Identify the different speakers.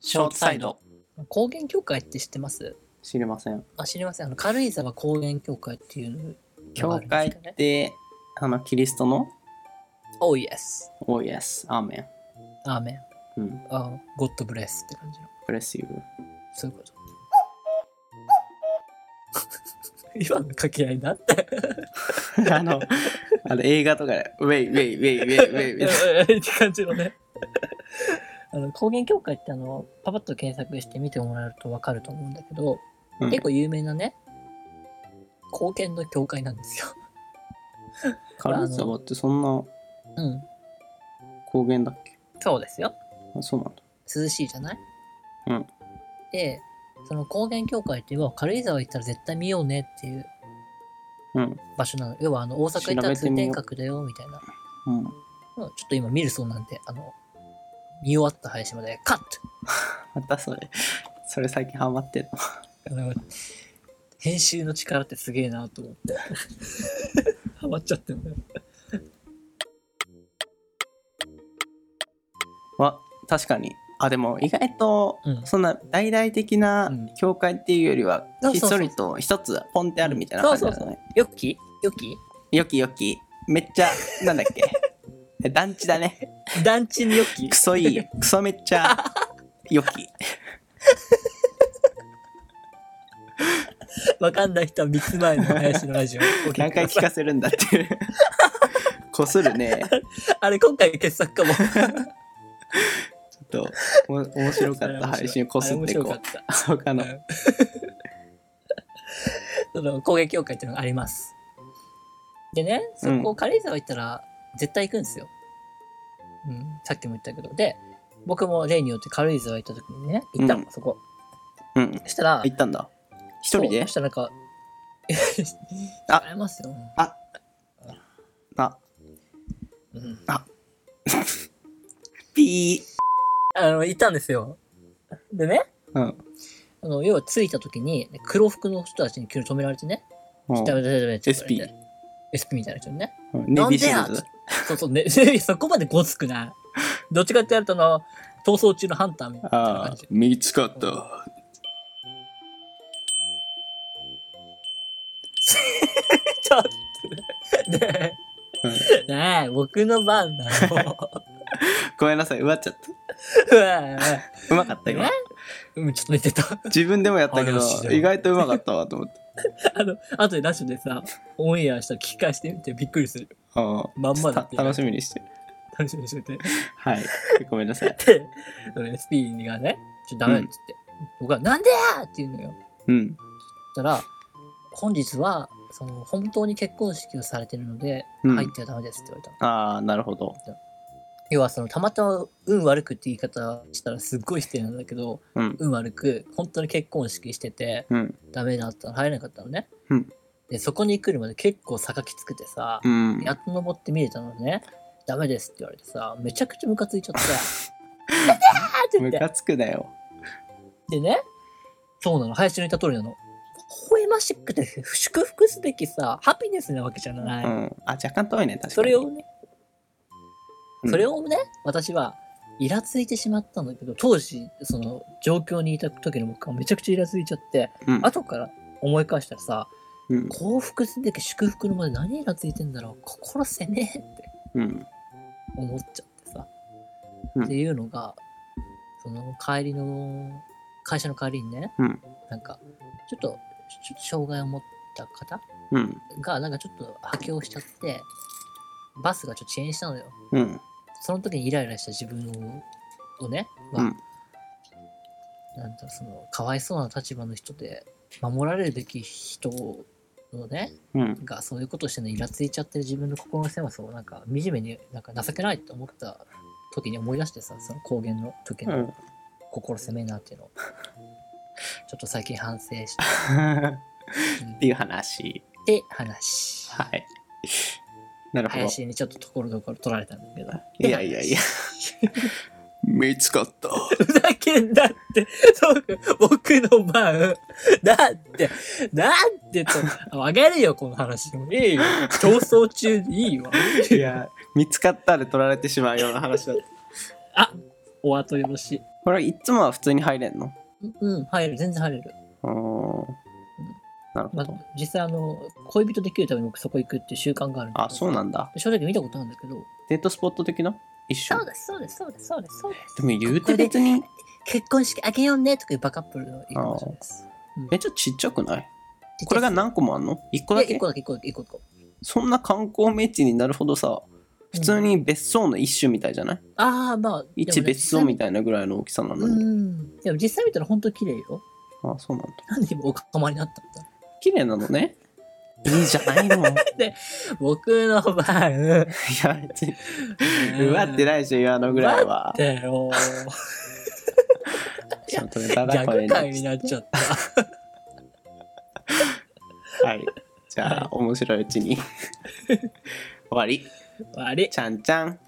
Speaker 1: ショートサイド。
Speaker 2: 高原協会って知ってます
Speaker 1: 知りません。
Speaker 2: あ知りませんあの軽井沢高原協会っていうのが
Speaker 1: 教
Speaker 2: あるんで
Speaker 1: 会
Speaker 2: すけど
Speaker 1: っ
Speaker 2: ね。
Speaker 1: て、あの、キリストの
Speaker 2: Oh yes.
Speaker 1: ?Oh yes, amen.
Speaker 2: アーメン。
Speaker 1: うん。
Speaker 2: あ God bless って感じの。
Speaker 1: bless you.
Speaker 2: そういうこと。今の掛け合いだって。
Speaker 1: あの、あの映画とかで、ウェイウェイウェイウェイウェイみたいな。
Speaker 2: って感じのね。 あの高原協会ってあのパパッと検索して見てもらうと分かると思うんだけど、
Speaker 1: うん
Speaker 2: 結構有名なね貢献の協会なんですよ。
Speaker 1: 軽井沢ってそんな
Speaker 2: うん、
Speaker 1: 高原だっけ
Speaker 2: そうですよ。
Speaker 1: あそうなんだ。
Speaker 2: 涼しいじゃない
Speaker 1: うん。
Speaker 2: で、その高原協会って要は軽井沢行ったら絶対見ようねっていう
Speaker 1: うん。
Speaker 2: 場所なの。要はあの大阪行ったら
Speaker 1: 調べて
Speaker 2: 通
Speaker 1: みよ
Speaker 2: 天
Speaker 1: う
Speaker 2: 閣だよみたいな。
Speaker 1: うん。
Speaker 2: うんちょっと今見るそうなんで、あの、見終わった配信までカット
Speaker 1: またそれ、それ最近ハマってる。
Speaker 2: なんか編集の力ってすげえなと思って。ハマっちゃってんだよ。
Speaker 1: わ、確かに。あ、でも意外と
Speaker 2: う、ん
Speaker 1: そんな大々的な
Speaker 2: うん
Speaker 1: 教会っていうよりは、
Speaker 2: そう
Speaker 1: ひっ
Speaker 2: そうそ
Speaker 1: そうりと一つポンってあるみたいな感じだ
Speaker 2: そう
Speaker 1: よね。
Speaker 2: よきよき
Speaker 1: よきよき。めっちゃ、なんだっけ。 え団地だね。
Speaker 2: 団地によき
Speaker 1: クソいい よ。クソめっちゃ、よき。
Speaker 2: わかんない人は3つ前の林のラ ジオをお聞きください
Speaker 1: 何回聞かせるんだっていう。 こするね。
Speaker 2: あれ今回が傑作かも。
Speaker 1: ちょっと、おも面白かった配信をこすって
Speaker 2: あれ面白か
Speaker 1: こ
Speaker 2: っ
Speaker 1: う。
Speaker 2: た。
Speaker 1: 他の
Speaker 2: う。ん その攻撃協会っていうのがあります。でね、そこ、軽井沢行ったら絶対行くんですよ。うん、さっきも言ったけど。で、僕も例によって軽井沢行った時にね、行ったの、
Speaker 1: うん
Speaker 2: そこ。
Speaker 1: うん。
Speaker 2: そしたら、
Speaker 1: 行ったんだ。一人
Speaker 2: そう
Speaker 1: で
Speaker 2: そしたらなんか、
Speaker 1: あ
Speaker 2: ありますよ。
Speaker 1: あ、あ、
Speaker 2: うん、
Speaker 1: ピー。
Speaker 2: あの、行ったんですよ。でね、
Speaker 1: うん。
Speaker 2: あの、要は着いた時に、黒服の人たちに急に止められてね、
Speaker 1: うん
Speaker 2: ダメダメダメって言われ
Speaker 1: SP
Speaker 2: て。。SP みたいな人にね。
Speaker 1: うんネ
Speaker 2: なん
Speaker 1: ビー
Speaker 2: で
Speaker 1: シ
Speaker 2: や
Speaker 1: ールズ。
Speaker 2: そうそうね、 そこまでごつくない。どっちかってやるとあの、逃走中のハンターみたいな
Speaker 1: あ
Speaker 2: 感
Speaker 1: あ
Speaker 2: じ、。
Speaker 1: 見つかった。
Speaker 2: ちょっとね。ね
Speaker 1: うん
Speaker 2: え、ねえ僕の番だ よ。
Speaker 1: ごめんなさい、奪っちゃっ
Speaker 2: うわぁ
Speaker 1: た。うまかった、今
Speaker 2: ね。うん、ちょっと寝てた。
Speaker 1: 自分でもやったけど
Speaker 2: あよしじゃ、あ
Speaker 1: 意外とうまかったわと思って。
Speaker 2: あの、後でラッシュでさ、オンエアしたら聞き返してみてびっくりする。
Speaker 1: うん
Speaker 2: まんまだったて
Speaker 1: 楽しみにしてる。
Speaker 2: 楽しみにしてて。
Speaker 1: はい。 ごめんなさい。
Speaker 2: で、その SP がね、ちょっとダメだっつって。僕は、なんでやって言うのよ。
Speaker 1: うん。
Speaker 2: そしたら、本日は、その、本当に結婚式をされてるので、
Speaker 1: うん
Speaker 2: 入ってはダメですって言われたの。
Speaker 1: ああ、なるほど。
Speaker 2: 要はそのたまたま運悪くって言い方したらすっごい否定なんだけど
Speaker 1: うん。
Speaker 2: 運悪く本当に結婚式してて
Speaker 1: うん。
Speaker 2: ダメだったの入れなかったのね、
Speaker 1: うん
Speaker 2: でそこに来るまで結構坂きつくてさ、
Speaker 1: うん。
Speaker 2: やっと登って見れたのねダメですって言われてさめちゃくちゃムカつ いちゃって
Speaker 1: ム
Speaker 2: 「やって!」って言っ
Speaker 1: カつくだよ。
Speaker 2: てでねそうなの林の言った通りなの微笑ましくて祝福すべきさハピネスなわけじゃない、
Speaker 1: うん。あ、若干遠いね、確かに。
Speaker 2: それをね、
Speaker 1: うん
Speaker 2: それをね、私は、イラついてしまったんだけど、当時、その、状況にいた時の僕はめちゃくちゃイラついちゃって、
Speaker 1: うん、
Speaker 2: 後から思い返したらさ、
Speaker 1: うん。
Speaker 2: 幸福すべき祝福のまで何イラついてんだろう、心せねえって
Speaker 1: うん。
Speaker 2: 思っちゃってさ、
Speaker 1: うん
Speaker 2: っていうのが、その、帰りの、会社の帰りにね、
Speaker 1: うん
Speaker 2: なんか、ちょっと、ちょっと障害を持った方
Speaker 1: うん。
Speaker 2: が、なんかちょっと波及しちゃって、バスがちょっと遅延したのよ。
Speaker 1: うん。
Speaker 2: その時にイライラした自分ををね、は
Speaker 1: うん
Speaker 2: なんだそのかわいそうな立場の人で守られるべき人のね
Speaker 1: うん。
Speaker 2: がそういうことしてねイラついちゃってる自分の心の狭さをなんか惨めになんか情けないと思った時に思い出してさその高原の時
Speaker 1: う
Speaker 2: の
Speaker 1: ん。
Speaker 2: 心狭いなっていうのを、ちょっと最近反省した
Speaker 1: っていう話。
Speaker 2: って話
Speaker 1: はい。なるほど。
Speaker 2: 林にちょっとところどころ取られたんだけど
Speaker 1: いやいやい や。見つかった。
Speaker 2: ふざけんなって、そう僕の番。だって、だってと、あげるよ、この話。いいよ。逃走中でいいわ。
Speaker 1: いや、見つかったで取られてしまうような話だった。
Speaker 2: お後よろしい。
Speaker 1: これはいつもは普通に入れんの
Speaker 2: うん、入る、全然入れる。
Speaker 1: うーんなる
Speaker 2: ま
Speaker 1: ほ
Speaker 2: あ
Speaker 1: ど。、
Speaker 2: 実際、あの、恋人できるために僕そこ行くっていう習慣があるんだけど
Speaker 1: あ、そうなんだ。
Speaker 2: 正直見たことあるんだけど。
Speaker 1: デートスポット的な一緒。
Speaker 2: です、そうです、そうです、そうです、そうで
Speaker 1: でも言うて別に
Speaker 2: 結婚式あげようねとかいうバカップルのいいかもしれないです。
Speaker 1: めっちゃちっちゃくないこれが何個もあんの ?1 個
Speaker 2: 個だ
Speaker 1: だ
Speaker 2: け
Speaker 1: け
Speaker 2: ?1 個だけ、1個だけ、1個だけ。
Speaker 1: そんな観光名地になるほどさ、普通に別荘の一種みたいじゃない
Speaker 2: ああ、まあ。
Speaker 1: 一別荘みたいなぐらいの大きさな
Speaker 2: う
Speaker 1: のに。
Speaker 2: ん。でも実際見たら本当に綺麗よ。
Speaker 1: ああ、そうなんだ。
Speaker 2: なんで今おかまになったんだ
Speaker 1: 綺麗なのね。いいじゃない の。い
Speaker 2: 僕の場合、 う
Speaker 1: や、別に。うわって
Speaker 2: な
Speaker 1: ないでしょ、今のぐらいは。
Speaker 2: だよ。
Speaker 1: ちゃんとネタだこ
Speaker 2: 逆
Speaker 1: れ
Speaker 2: 回になっちゃった。
Speaker 1: はい。じゃあ、面 白いうちに。終わり。
Speaker 2: あれ
Speaker 1: ちゃんちゃん。